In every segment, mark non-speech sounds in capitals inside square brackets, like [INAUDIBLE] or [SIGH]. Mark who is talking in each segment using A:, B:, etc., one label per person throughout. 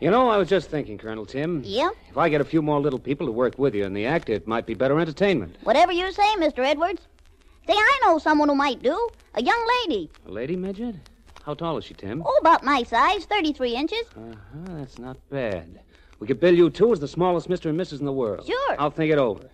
A: You know, I was just thinking, Colonel Tim.
B: Yep.
A: If I get a few more little people to work with you in the act, it might be better entertainment.
B: Whatever you say, Mr. Edwards. Say, I know someone who might do. A young lady.
A: A lady midget? How tall is she, Tim?
B: Oh, about my size, 33 inches.
A: Uh-huh, that's not bad. We could bill you two as the smallest Mr. and Mrs. in the world.
B: Sure.
A: I'll think it over.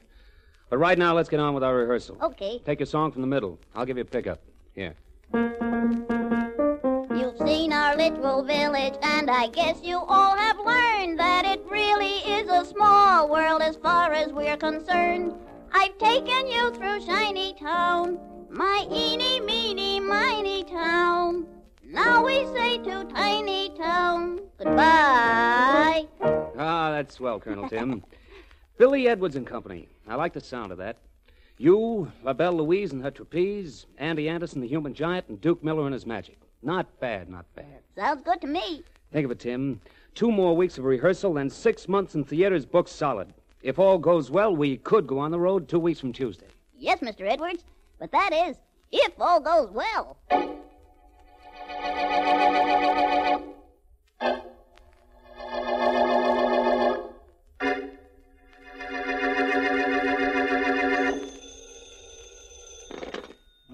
A: But right now, let's get on with our rehearsal.
B: Okay.
A: Take your song from the middle. I'll give you a pickup. Here.
B: You've seen our literal village, and I guess you all have learned that it really is a small world as far as we're concerned. I've taken you through Shiny Town, my eeny, meeny, miny town. Now we say to Tiny Town, goodbye.
A: Ah, that's swell, Colonel [LAUGHS] Tim. Billy Edwards and Company. I like the sound of that. You, La Belle Louise and her trapeze, Andy Anderson, the human giant, and Duke Miller and his magic. Not bad, not bad.
B: Sounds good to me.
A: Think of it, Tim. Two more weeks of rehearsal and six months in theaters booked solid. If all goes well, we could go on the road two weeks from Tuesday.
B: Yes, Mr. Edwards, but that is, if all goes well.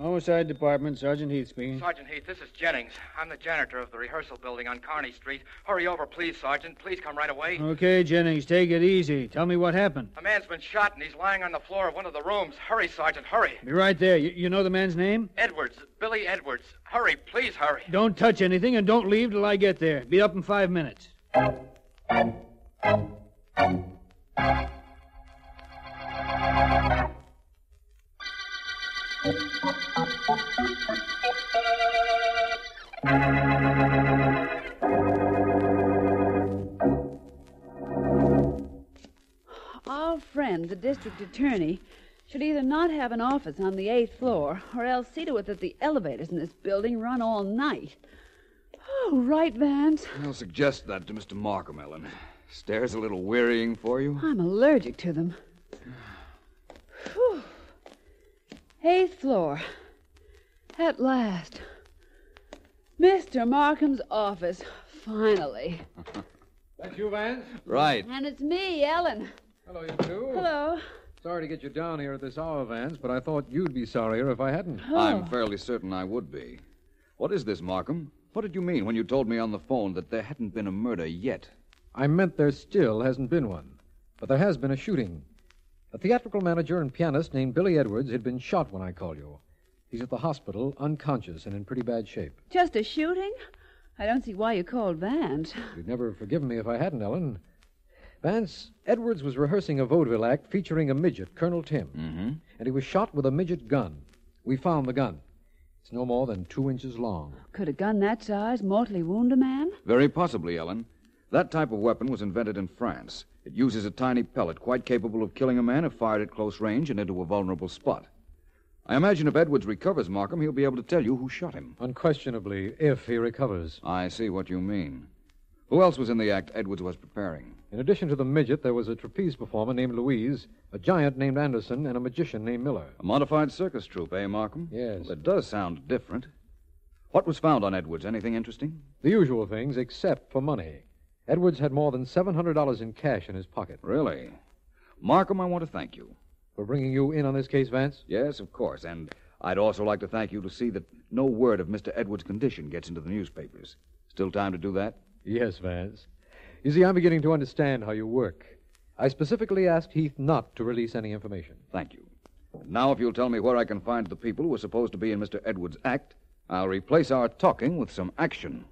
C: Homicide Department, Sergeant Heath speaking.
D: Sergeant Heath, this is Jennings. I'm the janitor of the rehearsal building on Kearney Street. Hurry over, please, Sergeant. Please come right away.
C: Okay, Jennings, take it easy. Tell me what happened.
D: A man's been shot and he's lying on the floor of one of the rooms. Hurry, Sergeant, hurry.
C: Be right there. You, you know the man's name?
D: Edwards, Billy Edwards. Hurry, please hurry.
C: Don't touch anything and don't leave till I get there. Be up in five minutes.
E: Our friend, the district attorney, should either not have an office on the eighth floor or else see to it that the elevators in this building run all night. Oh, right, Vance.
F: I'll suggest that to Mr. Markham, Ellen. Stairs a little wearying for you?
E: I'm allergic to them. Whew. Eighth floor. At last. Mr. Markham's office, finally.
C: That's you, Vance?
F: Right.
E: And it's me, Ellen.
C: Hello, you two.
E: Hello.
C: Sorry to get you down here at this hour, Vance, but I thought you'd be sorrier if I hadn't.
F: I'm fairly certain I would be. What is this, Markham? What did you mean when you told me on the phone that there hadn't been a murder yet?
C: I meant there still hasn't been one, but there has been a shooting. A theatrical manager and pianist named Billy Edwards had been shot when I called you. He's at the hospital, unconscious and in pretty bad shape.
E: Just a shooting? I don't see why you called Vance.
C: You'd never have forgiven me if I hadn't, Ellen. Vance, Edwards was rehearsing a vaudeville act featuring a midget, Colonel Tim,
F: Mm-hmm.
C: and he was shot with a midget gun. We found the gun. It's no more than two inches long.
E: Could a gun that size mortally wound a man?
F: Very possibly, Ellen. That type of weapon was invented in France. It uses a tiny pellet quite capable of killing a man if fired at close range and into a vulnerable spot. I imagine if Edwards recovers Markham, he'll be able to tell you who shot him.
C: Unquestionably, if he recovers.
F: I see what you mean. Who else was in the act Edwards was preparing?
C: In addition to the midget, there was a trapeze performer named Louise, a giant named Anderson, and a magician named Miller.
F: A modified circus troupe, eh, Markham?
C: Yes.
F: That does sound different. What was found on Edwards? Anything interesting?
C: The usual things, except for money. Edwards had more than $700 in cash in his pocket.
F: Really? Markham, I want to thank you.
C: For bringing you in on this case, Vance?
F: Yes, of course. And I'd also like to thank you to see that no word of Mr. Edwards' condition gets into the newspapers. Still time to do that?
C: Yes, Vance. You see, I'm beginning to understand how you work. I specifically asked Heath not to release any information.
F: Thank you. And now, if you'll tell me where I can find the people who are supposed to be in Mr. Edwards' act, I'll replace our talking with some action.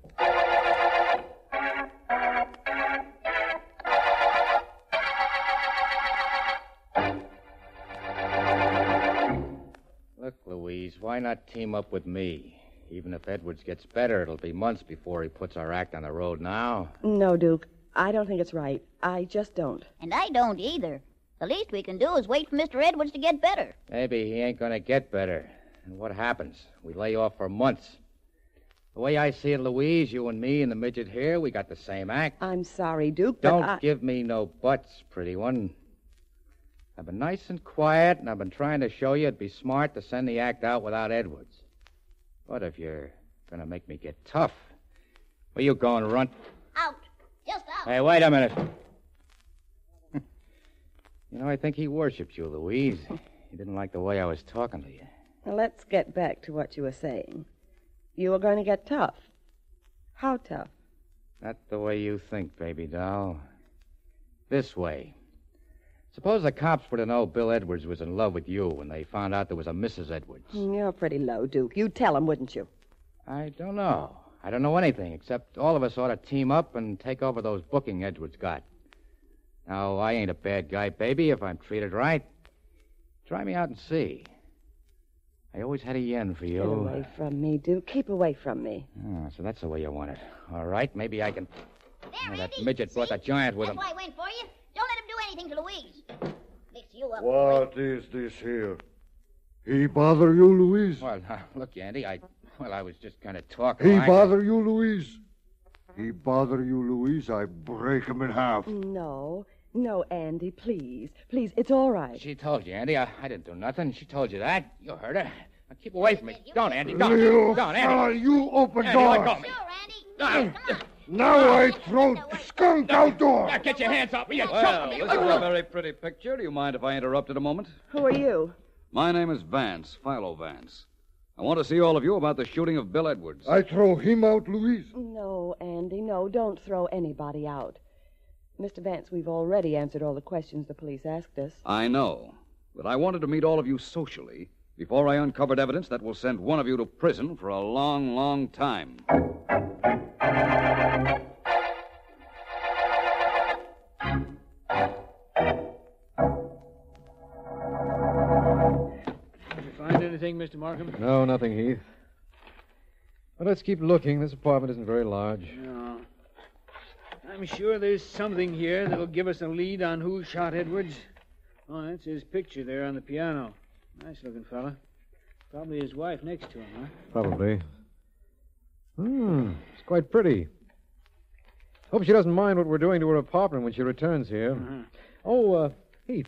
G: Look, Louise, why not team up with me? Even if Edwards gets better, it'll be months before he puts our act on the road now.
H: No, Duke. I don't think it's right. I just don't.
B: And I don't either. The least we can do is wait for Mr. Edwards to get better.
G: Maybe he ain't gonna get better. And what happens? We lay off for months. The way I see it, Louise, you and me and the midget here, we got the same act.
H: I'm sorry, Duke, but
G: Don't
H: I...
G: give me no buts, pretty one. I've been nice and quiet, and I've been trying to show you it'd be smart to send the act out without Edwards. But if you're gonna make me get tough, where you going, runt?
B: Out. Just out.
G: Hey, wait a minute. [LAUGHS] you know, I think he worshipped you, Louise. He didn't like the way I was talking to you.
H: Now, let's get back to what you were saying. You were going to get tough. How tough?
G: Not the way you think, baby doll. This way. Suppose the cops were to know Bill Edwards was in love with you when they found out there was a Mrs. Edwards.
H: You're pretty low, Duke. You'd tell him, wouldn't you?
G: I don't know. I don't know anything except all of us ought to team up and take over those booking Edwards got. Now, I ain't a bad guy, baby, if I'm treated right. Try me out and see. I always had a yen for
H: Get away
G: you.
H: from me, Duke. Keep away from me.
G: Ah, so that's the way you want it. All right, maybe I can.
B: There,
G: Yeah, that
B: Andy.
G: midget brought
B: See?
G: that giant with
B: That's
G: him.
B: why I went for you. Don't let him do anything to Louise. Mix you up.
I: What is this here? He bother you, Louise?
G: Well, now, look, Andy, I. Well, I was just kind of talking.
I: He
G: I-
I: bother you, Louise? He bother you, Louise? I break him in half.
H: No. No, Andy, please. Please, it's all right.
G: She told you, Andy. I, I didn't do nothing. She told you that. You heard her. Now keep away from me. Don't, Andy. Don't.
I: You
G: Don't,
I: fella,
G: Andy.
I: you open
G: Andy,
I: door.
G: let go of me.
B: Sure, Andy.
G: Ah.
B: Come on.
I: Now I throw skunk outdoor.
G: Now get your hands off me. You
F: Well,
G: choke me.
F: this is a very pretty picture. Do you mind if I interrupt it a moment?
H: Who are you?
F: My name is Vance, Philo Vance. I want to see all of you about the shooting of Bill Edwards.
I: I throw him out, Louise.
H: No, Andy, no. Don't throw anybody out. Mr. Vance, we've already answered all the questions the police asked us.
F: I know, but I wanted to meet all of you socially before I uncovered evidence that will send one of you to prison for a long, long time.
J: Find anything, Mr. Markham?
C: No, nothing, Heath. But let's keep looking. This apartment isn't very large.
J: No. I'm sure there's something here that'll give us a lead on who shot Edwards. Oh, that's his picture there on the piano. Nice looking fella. Probably his wife next to him, huh?
C: Probably. Hmm, it's quite pretty. Hope she doesn't mind what we're doing to her apartment when she returns here. Oh, uh, Heath,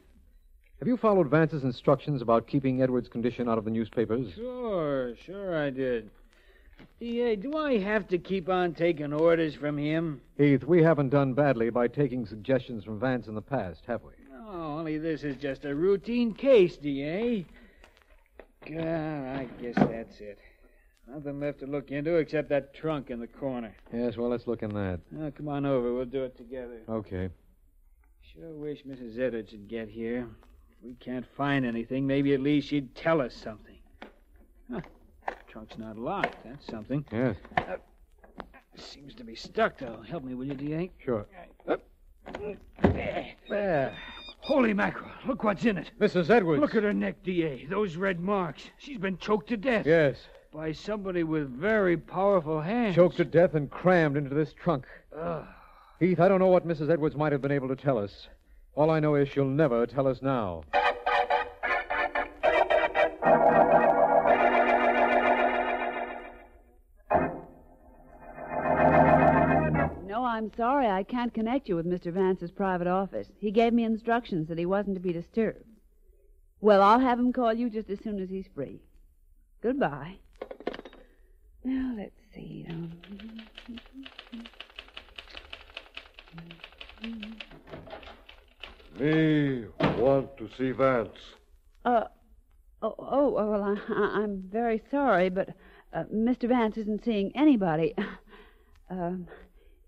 C: have you followed Vance's instructions about keeping Edward's condition out of the newspapers?
J: Sure, sure I did. DA, do I have to keep on taking orders from him?
C: Heath, we haven't done badly by taking suggestions from Vance in the past, have we?
J: No, Oh, only this is just a routine case, DA. God, I guess that's it. Nothing left to look into except that trunk in the corner.
C: Yes, well, let's look in that.
J: Now, come on over. We'll do it together.
C: Okay.
J: Sure wish Mrs. Edwards would get here. If we can't find anything, maybe at least she'd tell us something. Huh. Trunk's not locked. That's something.
C: Yes,
J: Seems to be stuck, though. Help me, will you, D.A.?
C: sure.
J: There. uh, Holy mackerel. Look what's in it.
C: Mrs. Edwards.
J: Look at her neck, D.A. Those red marks. She's been choked to death
C: Yes,
J: by somebody with very powerful hands.
C: choked to death and crammed into this trunk.
J: Ugh.
C: Heath, I don't know what Mrs. Edwards might have been able to tell us. All I know is she'll never tell us now.
E: No, I'm sorry. I can't connect you with Mr. Vance's private office. He gave me instructions that he wasn't to be disturbed. Well, I'll have him call you just as soon as he's free. Goodbye. Now, let's see. Um, um,
I: Me want to see Vance.
E: uh, oh, oh, well, I, I, I'm very sorry, but uh, Mr. Vance isn't seeing anybody. [LAUGHS] Um,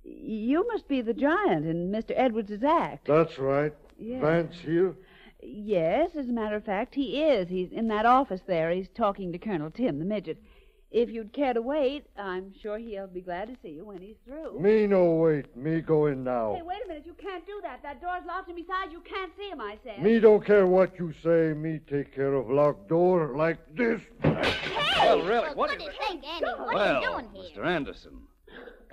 E: you must be the giant in Mr. Edwards's act.
I: That's right.
E: Yeah.
I: Vance here?
E: Yes, as a matter of fact, he is. He's in that office there. He's talking to Colonel Tim, the midget. If you'd care to wait, I'm sure he'll be glad to see you when he's through.
I: Me no wait. Me go in
E: Hey,
I: now.
E: wait a minute. You can't do that. That door's locked, and besides, you can't see him, I said.
I: Me don't care what you say. Me take care of locked door like this.
F: Well, really, what is
B: Think, Andy, what
F: well,
B: are you doing here?
F: Mr. Anderson,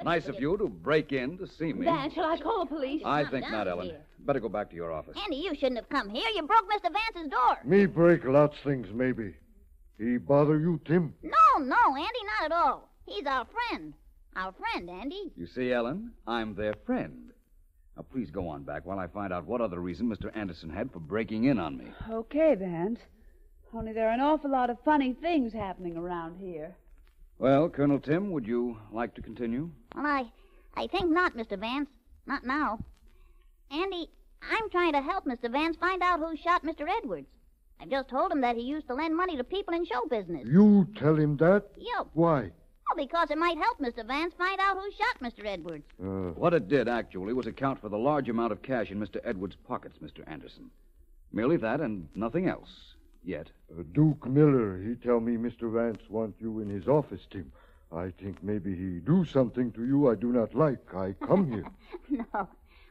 F: nice of you to break in to see me.
B: Vance, shall I call the police?
F: I think not, Ellen. Better go back to your office.
B: Andy, you shouldn't have come here. You broke Mr. Vance's door.
I: Me break lots things maybe. He bother you, Tim?
B: No, no, Andy, not at all. He's our friend. Our friend, Andy.
F: You see, Ellen, I'm their friend. Now, please go on back while I find out what other reason Mr. Anderson had for breaking in on me.
E: Okay, Vance. Only there are an awful lot of funny things happening around here.
F: Well, Colonel Tim, would you like to continue?
B: Well, I, I think not, Mr. Vance. Not now. Andy, I'm trying to help Mr. Vance find out who shot Mr. Edwards. I just told him that he used to lend money to people in show business.
I: You tell him that?
B: Yep.
I: Why?
B: Well, because it might help Mr. Vance find out who shot Mr. Edwards.
F: What it did, actually, was account for the large amount of cash in Mr. Edwards' pockets, Mr. Anderson. Merely that and nothing else. Yet.
I: Uh, Duke Miller, he tell me Mr. Vance want you in his office, Tim. I think maybe he do something to you I do not like. I come here.
B: [LAUGHS] no.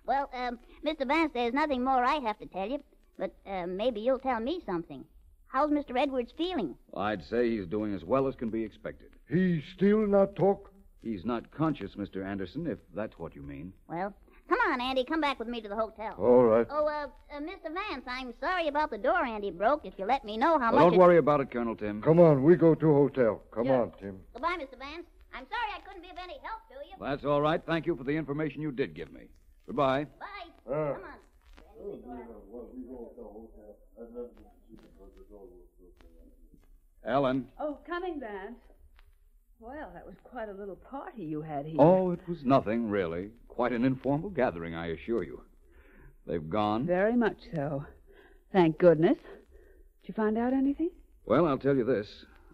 B: Well, um, Mr. Vance, there's nothing more I have to tell you, but uh, maybe you'll tell me something. How's Mr. Edwards feeling?
F: I'd say he's doing as well as can be expected.
I: He still not talk?
F: He's not conscious, Mr. Anderson, if that's what you mean.
B: Well, come on, Andy. Come back with me to the hotel.
F: All right.
B: Oh, uh, uh Mr. Vance, I'm sorry about the door Andy broke. If you let me know how
F: Well,
B: much.
F: don't worry about it, Colonel Tim.
I: Come on, we go to hotel. Come on, Tim.
B: It... Goodbye, Mr. Vance. I'm sorry I couldn't be of any help to you.
F: That's all right. Thank you for the information you did give me. Goodbye.
B: Bye.
F: Uh.
B: Come on.
F: Ellen.
E: Oh, coming, Vance. Well, that was quite a little party you had here.
F: Oh, it was nothing, really. Quite an informal gathering, I assure you. They've gone.
E: Very much so. Thank goodness. Did you find out anything?
F: Well, I'll tell you this.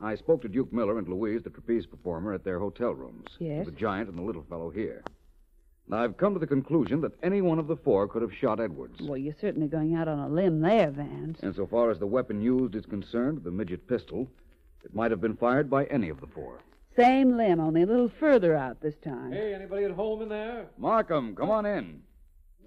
F: I spoke to Duke Miller and Louise, the trapeze performer, at their hotel rooms.
E: Yes?
F: The giant and the little fellow here. And I've come to the conclusion that any one of the four could have shot Edwards.
E: Well, you're certainly going out on a limb there, Vance.
F: And so far as the weapon used is concerned, the midget pistol, it might have been fired by any of the four.
E: Same limb, only a little further out this time.
J: Hey, anybody at home in there?
F: Markham, come on in.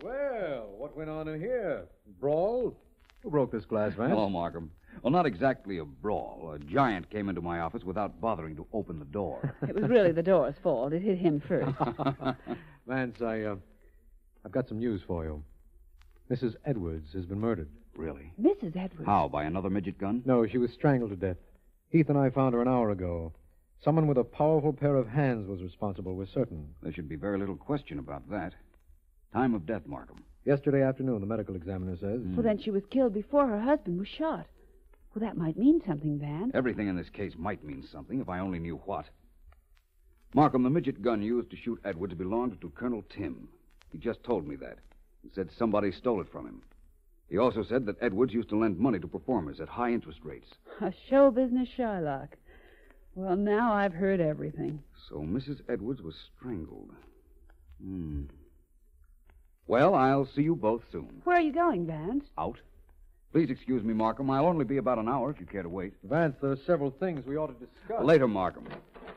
J: Well, what went on in here? Brawl?
F: Who broke this glass, man? Hello, Markham. Well, not exactly a brawl. A giant came into my office without bothering to open the door.
E: [LAUGHS] It
F: [LAUGHS]
E: was really the door's fault. It hit him first.
C: Vance, I, uh, I've got some news for you. Mrs. Edwards has been murdered.
F: Really?
E: Mrs. Edwards.
F: How? By another midget gun?
C: No, she was strangled to death. Heath and I found her an hour ago. Someone with a powerful pair of hands was responsible, we're certain.
F: There should be very little question about that. Time of death, Markham. Hmm.
C: Yesterday afternoon, the medical examiner says.
E: Well, then she was killed before her husband was shot. Well, that might mean something, Vance.
F: Everything in this case might mean something if I only knew what. Markham, the midget gun used to shoot Edwards belonged to Colonel Tim. He just told me that. He said somebody stole it from him. He also said that Edwards used to lend money to performers at high interest rates.
E: A show business Shylock. Well, now I've heard everything.
F: So Mrs. Edwards was strangled. Hmm. Well, I'll see you both soon.
E: Where are you going, Vance?
F: Out? Please excuse me, Markham. I'll only be about an hour if you care to wait.
C: Vance, there are several things we ought to discuss.
F: Later, Markham.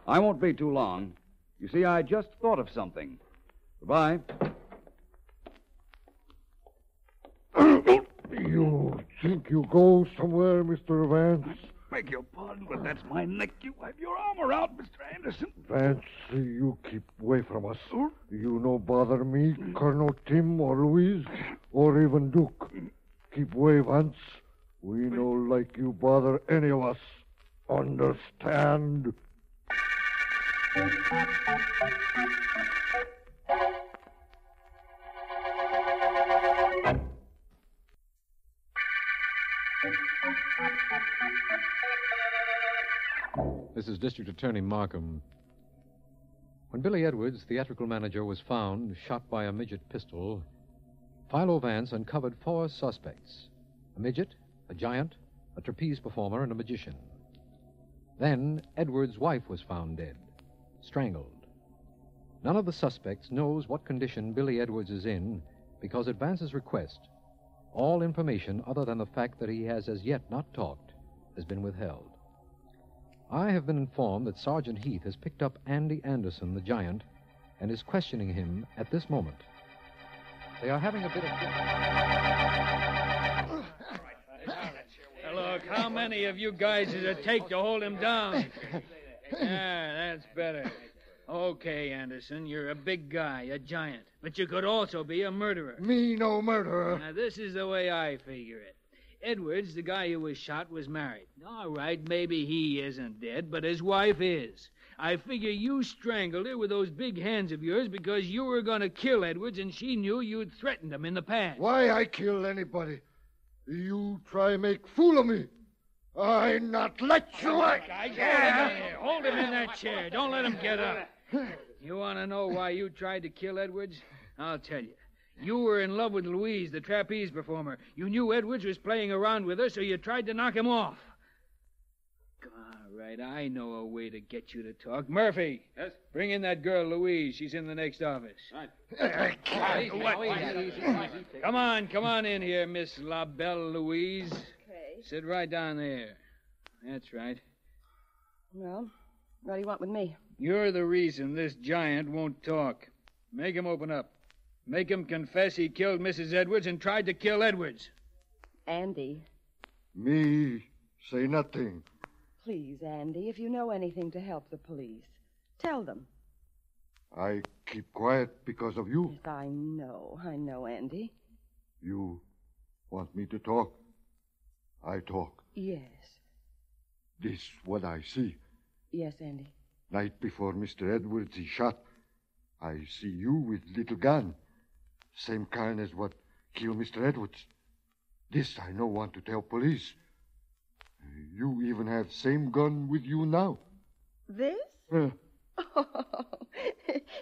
F: I won't be too long. You see, I just thought of something. Goodbye.
I: [LAUGHS] You think you go somewhere, Mr. Vance?
F: Beg your pardon, but that's my neck. You have your arm around, Mr. Anderson.
I: Vance, you keep away from us. You no bother me, Colonel Tim or Louise, or even Duke. Keep away, Vance. We no like you bother any of us. Understand?
C: This is District Attorney Markham. When Billy Edwards, theatrical manager, was found shot by a midget pistol, Philo Vance uncovered four suspects a midget, a giant, a trapeze performer, and a magician. Then Edwards' wife was found dead, strangled. None of the suspects knows what condition Billy Edwards is in because, at Vance's request, All information other than the fact that he has as yet not talked has been withheld. I have been informed that Sergeant Heath has picked up Andy Anderson, the giant, and is questioning him at this moment. They are having a bit of.
J: Now, look, how many of you guys does it take to hold him
C: [LAUGHS]
J: down? Yeah, that's better. Okay, Anderson, you're a big guy, a giant, but you could also be a murderer.
I: Me no murderer.
J: Now, this is the way I figure it. Edwards, the guy who was shot, was married. All right, maybe he isn't dead, but his wife is. I figure you strangled her with those big hands of yours because you were going to kill Edwards and she knew you'd threatened him in the past.
I: Why I kill anybody? You try make fool of me. I not let you. I...
J: Guys, hold him in there. Hold him in that chair. Don't let him get up. You want to know why you tried to kill Edwards? I'll tell you. You were in love with Louise, the trapeze performer. You knew Edwards was playing around with her, so you tried to knock him off. All right, I know a way to get you to talk. Murphy. Yes? Bring in that girl, Louise. She's in the next office.
I: I
J: can't. Come on, come on in here, Miss La Belle Louise.
H: Okay.
J: Sit right down there. That's right.
H: Well, what do you want with me?
J: You're the reason this giant won't talk. Make him open up. Make him confess he killed Mrs. Edwards and tried to kill Edwards.
H: Andy.
I: Me say nothing.
H: Please, Andy, if you know anything to help the police, tell them.
I: I keep quiet because of you.
H: I know, I know, Andy.
I: You want me to talk? I talk.
H: Yes,
I: This what I see.
H: yes, Andy.
I: Night before Mr. Edwards he shot, I see you with little gun. Same kind as what kill Mr. Edwards. This I no want to tell police. You even have same gun with you now.
H: This? [LAUGHS]
I: Uh,
H: Oh,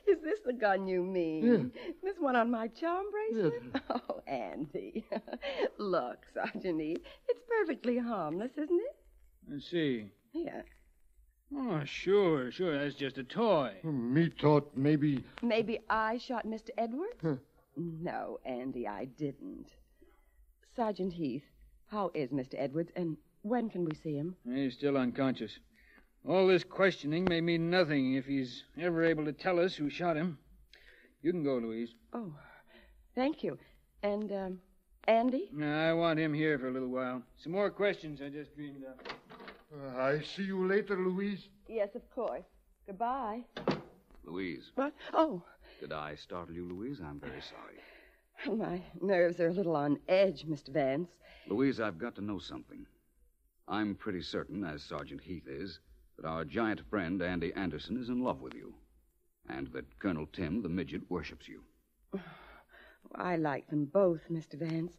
H: is this the gun you mean? This one on my charm bracelet? [LAUGHS] Oh, Andy. [LAUGHS] Look, Sergeant Eve, it's perfectly harmless, isn't it?
J: Let's see.
H: Yeah.
J: Oh, sure, sure. That's just a toy.
I: Hmm, me thought maybe.
H: Maybe I shot Mr. Edwards?
I: Huh.
H: No, Andy, I didn't. Sergeant Heath, how is Mr. Edwards, and when can we see him?
J: He's still unconscious. All this questioning may mean nothing if he's ever able to tell us who shot him. You can go, Louise.
H: Oh, thank you. And, um, Andy?
J: No, I want him here for a little while. Some more questions I just dreamed up.
I: Uh, I see you later, Louise.
H: Yes, of course. Goodbye.
F: Louise.
H: What? Oh,
F: Did I startle you, Louise? I'm very sorry.
H: my nerves are a little on edge, Mr. Vance.
F: Louise, I've got to know something. I'm pretty certain, as Sergeant Heath is, that our giant friend, Andy Anderson, is in love with you. And that Colonel Tim, the midget, worships you.
H: I like them both, Mr. Vance.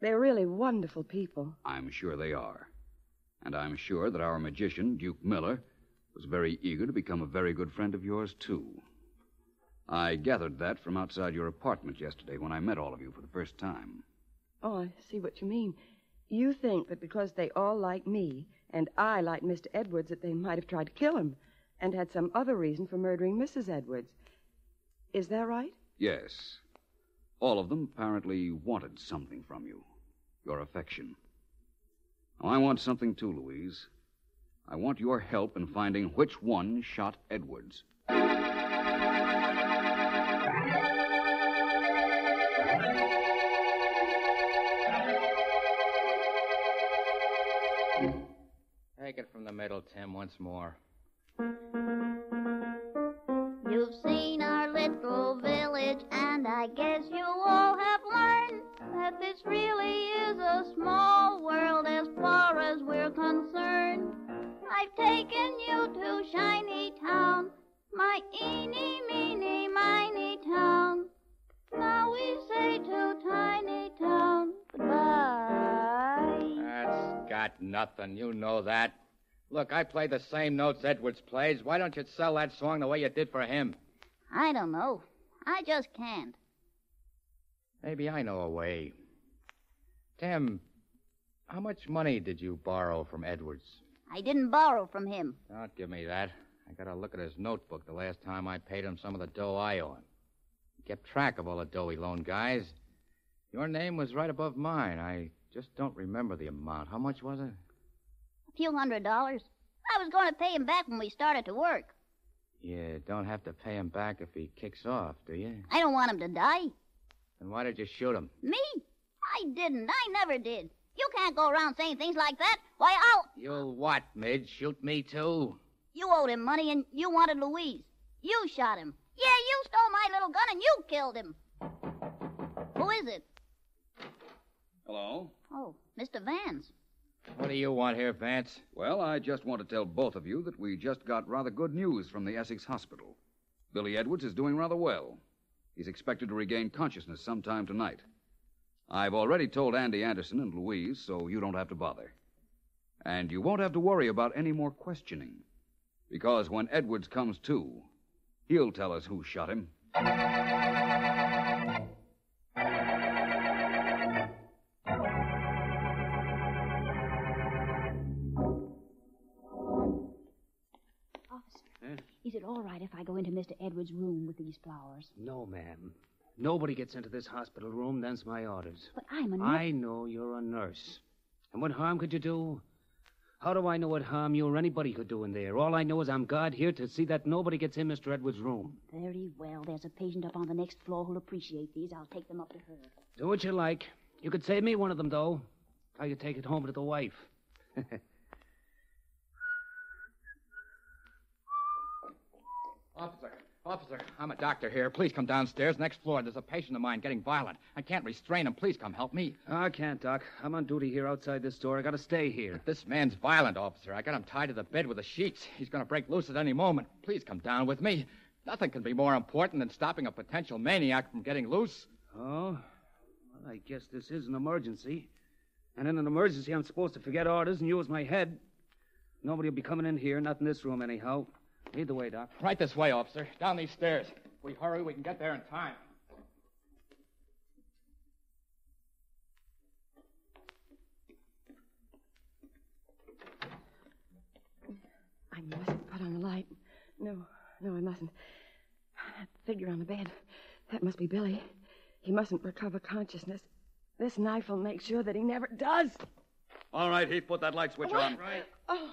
H: They're really wonderful people.
F: I'm sure they are. And I'm sure that our magician, Duke Miller, was very eager to become a very good friend of yours, too. I gathered that from outside your apartment yesterday when I met all of you for the first time.
H: Oh, I see what you mean. You think that because they all like me and I like Mr. Edwards that they might have tried to kill him and had some other reason for murdering Mrs. Edwards. Is that right?
F: Yes. All of them apparently wanted something from you your affection. Now, I want something too, Louise. I want your help in finding which one shot Edwards.
G: Take it from the middle, Tim, once more.
K: You've seen our little village, and I guess you all have learned that this really is a small world as far as we're concerned. I've taken you to Shiny Town, my eeny, meeny, miny town. Now we say to Tiny Town, goodbye.
G: That's got nothing. You know that. Look, I play the same notes Edwards plays. Why don't you sell that song the way you did for him?
K: I don't know. I just can't.
G: Maybe I know a way. Tim, how much money did you borrow from Edwards?
K: I didn't borrow from him.
G: Don't give me that. I got to look at his notebook the last time I paid him some of the dough I owe him. He kept track of all the dough he loaned guys. Your name was right above mine. I just don't remember the amount. How much was it?
B: A few hundred dollars. I was going to pay him back when we started to work.
G: You don't have to pay him back if he kicks off, do you?
B: I don't want him to die.
G: Then why did you shoot him?
B: Me? I didn't. I never did. You can't go around saying things like that. Why, I'll.
G: You'll what, Midge? Shoot me too?
B: You owed him money and you wanted Louise. You shot him. Yeah, you stole my little gun and you killed him. Who is it?
F: Hello?
B: Oh, Mr. Vance.
G: What do you want here, Vance?
F: Well, I just want to tell both of you that we just got rather good news from the Essex Hospital. Billy Edwards is doing rather well. He's expected to regain consciousness sometime tonight. I've already told Andy Anderson and Louise, so you don't have to bother. And you won't have to worry about any more questioning. Because when Edwards comes to, he'll tell us who shot him.
L: Is it all right if I go into Mr. Edwards' room with these flowers?
A: No, ma'am. Nobody gets into this hospital room. That's my orders.
L: But I'm a nurse.
A: I know you're a nurse. And what harm could you do? How do I know what harm you or anybody could do in there? All I know is I'm guard here to see that nobody gets in Mr. Edwards' room.
L: Very well. There's a patient up on the next floor who'll appreciate these. I'll take them up to her.
A: Do what you like. You could save me one of them, though. I could take it home to the wife. [LAUGHS]
G: Officer, officer, I'm a doctor here. Please come downstairs. Next floor, there's a patient of mine getting violent. I can't restrain him. Please come help me.
A: I can't, Doc. I'm on duty here outside this door. I gotta stay here.
G: This man's violent, officer. I got him tied to the bed with the sheets. He's going to break loose at any moment. Please come down with me. Nothing can be more important than stopping a potential maniac from getting loose.
A: Oh? Well, I guess this is an emergency. And in an emergency, I'm supposed to forget orders and use my head. Nobody will be coming in here, not in this room, anyhow. Lead the way, Doc.
G: Right this way, officer. Down these stairs. If we hurry, we can get there in time.
H: I mustn't put on the light. No, no, I mustn't. That figure on the bed. That must be Billy. He mustn't recover consciousness. This knife will make sure that he never does.
F: All right, Heath, put that light switch on.
H: Right. Oh,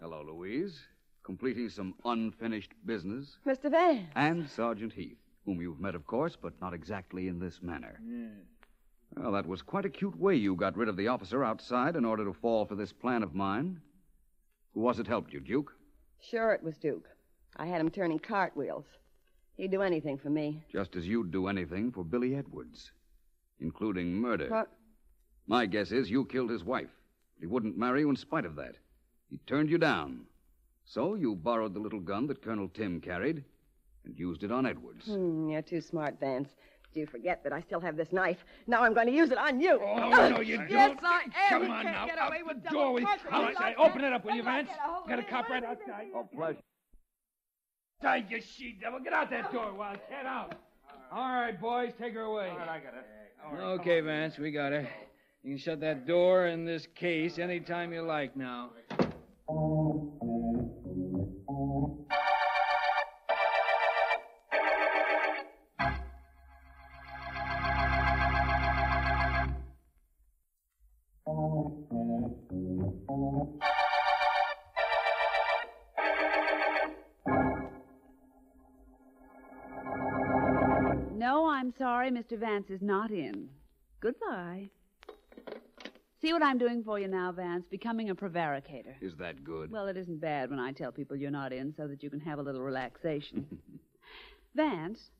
F: Hello, Louise. Completing some unfinished business.
H: Mr. Van.
F: And Sergeant Heath, whom you've met, of course, but not exactly in this manner. Well, that was quite a cute way you got rid of the officer outside in order to fall for this plan of mine. Who was it helped you, Duke?
H: Sure, it was Duke. I had him turning cartwheels. He'd do anything for me.
F: Just as you'd do anything for Billy Edwards, including murder.
H: Huh?
F: My guess is you killed his wife. But he wouldn't marry you in spite of that. He turned you down. So you borrowed the little gun that Colonel Tim carried and used it on Edwards.
H: Hmm, you're too smart, Vance. Do you forget that I still have this knife? Now I'm going to use it on you.
J: Oh, no, you
H: [LAUGHS] Yes,
J: don't.
H: I am.
J: Come
H: You
J: on
H: can't
J: now,
H: get
J: out
H: away with
J: the
H: double
J: door with-
H: crossing
J: All
H: me
J: right,
H: like
J: say,
H: that.
J: open it up, will you,
H: I can't
J: Vance?
H: get hold of
J: Got a
H: it.
J: cop right
H: Wait
J: outside.
H: minute.
J: Oh, pleasure. Die, you she devil. Get out that door, Wildcat. Out.
M: All right, boys, take her away.
J: All right, I got it. All right, come
M: Okay,
J: on.
M: Vance, we got her. You can shut that door in this case anytime you like now.
E: No, I'm sorry. Mr. Vance is not in. Goodbye. See what I'm doing for you now, Vance? Becoming a prevaricator.
F: Is that good?
E: Well, it isn't bad when I tell people you're not in so that you can have a little
F: [LAUGHS]
E: relaxation. Vance,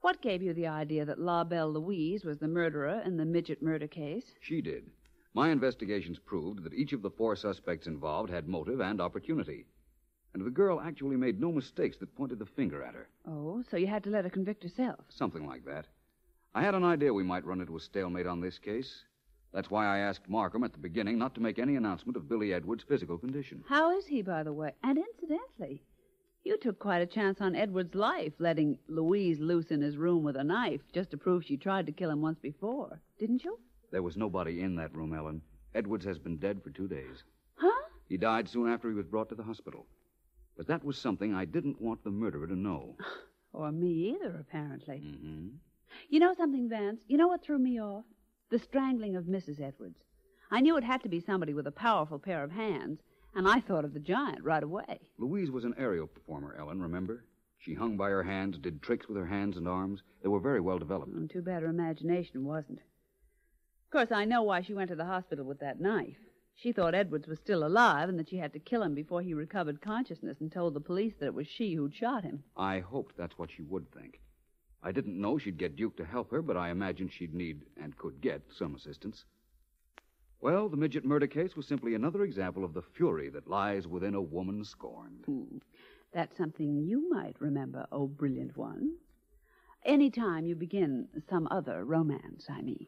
E: what gave you the idea that La Belle Louise was the murderer in the midget murder case?
F: She did. My investigations proved that each of the four suspects involved had motive and opportunity. And the girl actually made no mistakes that pointed the finger at her.
E: Oh, so you had to let her convict herself.
F: Something like that. I had an idea we might run into a stalemate on this case. That's why I asked Markham at the beginning not to make any announcement of Billy Edwards' physical condition.
E: How is he, by the way? And incidentally, you took quite a chance on Edward's life, letting Louise loose in his room with a knife just to prove she tried to kill him once before, didn't you?
F: There was nobody in that room, Ellen. Edwards has been dead for two days.
E: Huh?
F: He died soon after he was brought to the hospital. But that was something I didn't want the murderer to know.
E: Or me either, apparently.
F: Mm-hmm.
B: Hmm.
E: You know something, Vance? You know what threw me off? The strangling of Mrs. Edwards. I knew it had to be somebody with a powerful pair of hands, and I thought of the giant right away.
F: Louise was an aerial performer, Ellen, remember? She hung by her hands, did tricks with her hands and arms. They were very well developed.
E: Hmm, Too bad her imagination wasn't. Of course, I know why she went to the hospital with that knife. She thought Edwards was still alive and that she had to kill him before he recovered consciousness and told the police that it was she who'd shot him.
F: I hoped that's what she would think. I didn't know she'd get Duke to help her, but I imagined she'd need and could get some assistance. Well, the midget murder case was simply another example of the fury that lies within a woman scorned.
E: Hmm. That's something you might remember, oh brilliant one. Any time you begin some other romance, I mean.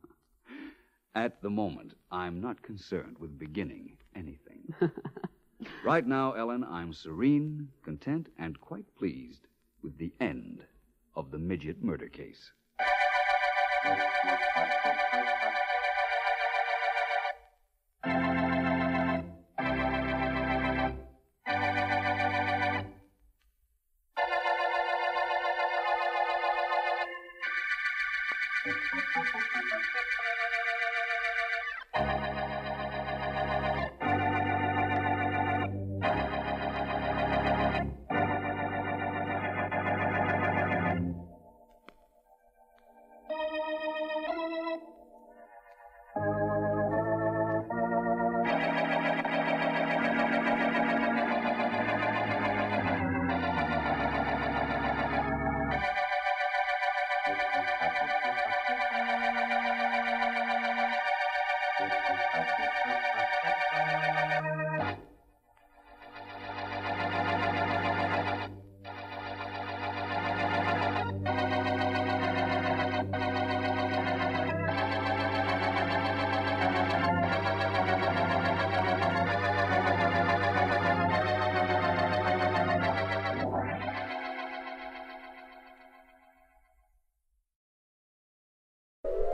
F: [LAUGHS] At the moment, I'm not concerned with beginning anything. [LAUGHS] right now, Ellen, I'm serene, content, and quite pleased with the end of the midget murder case.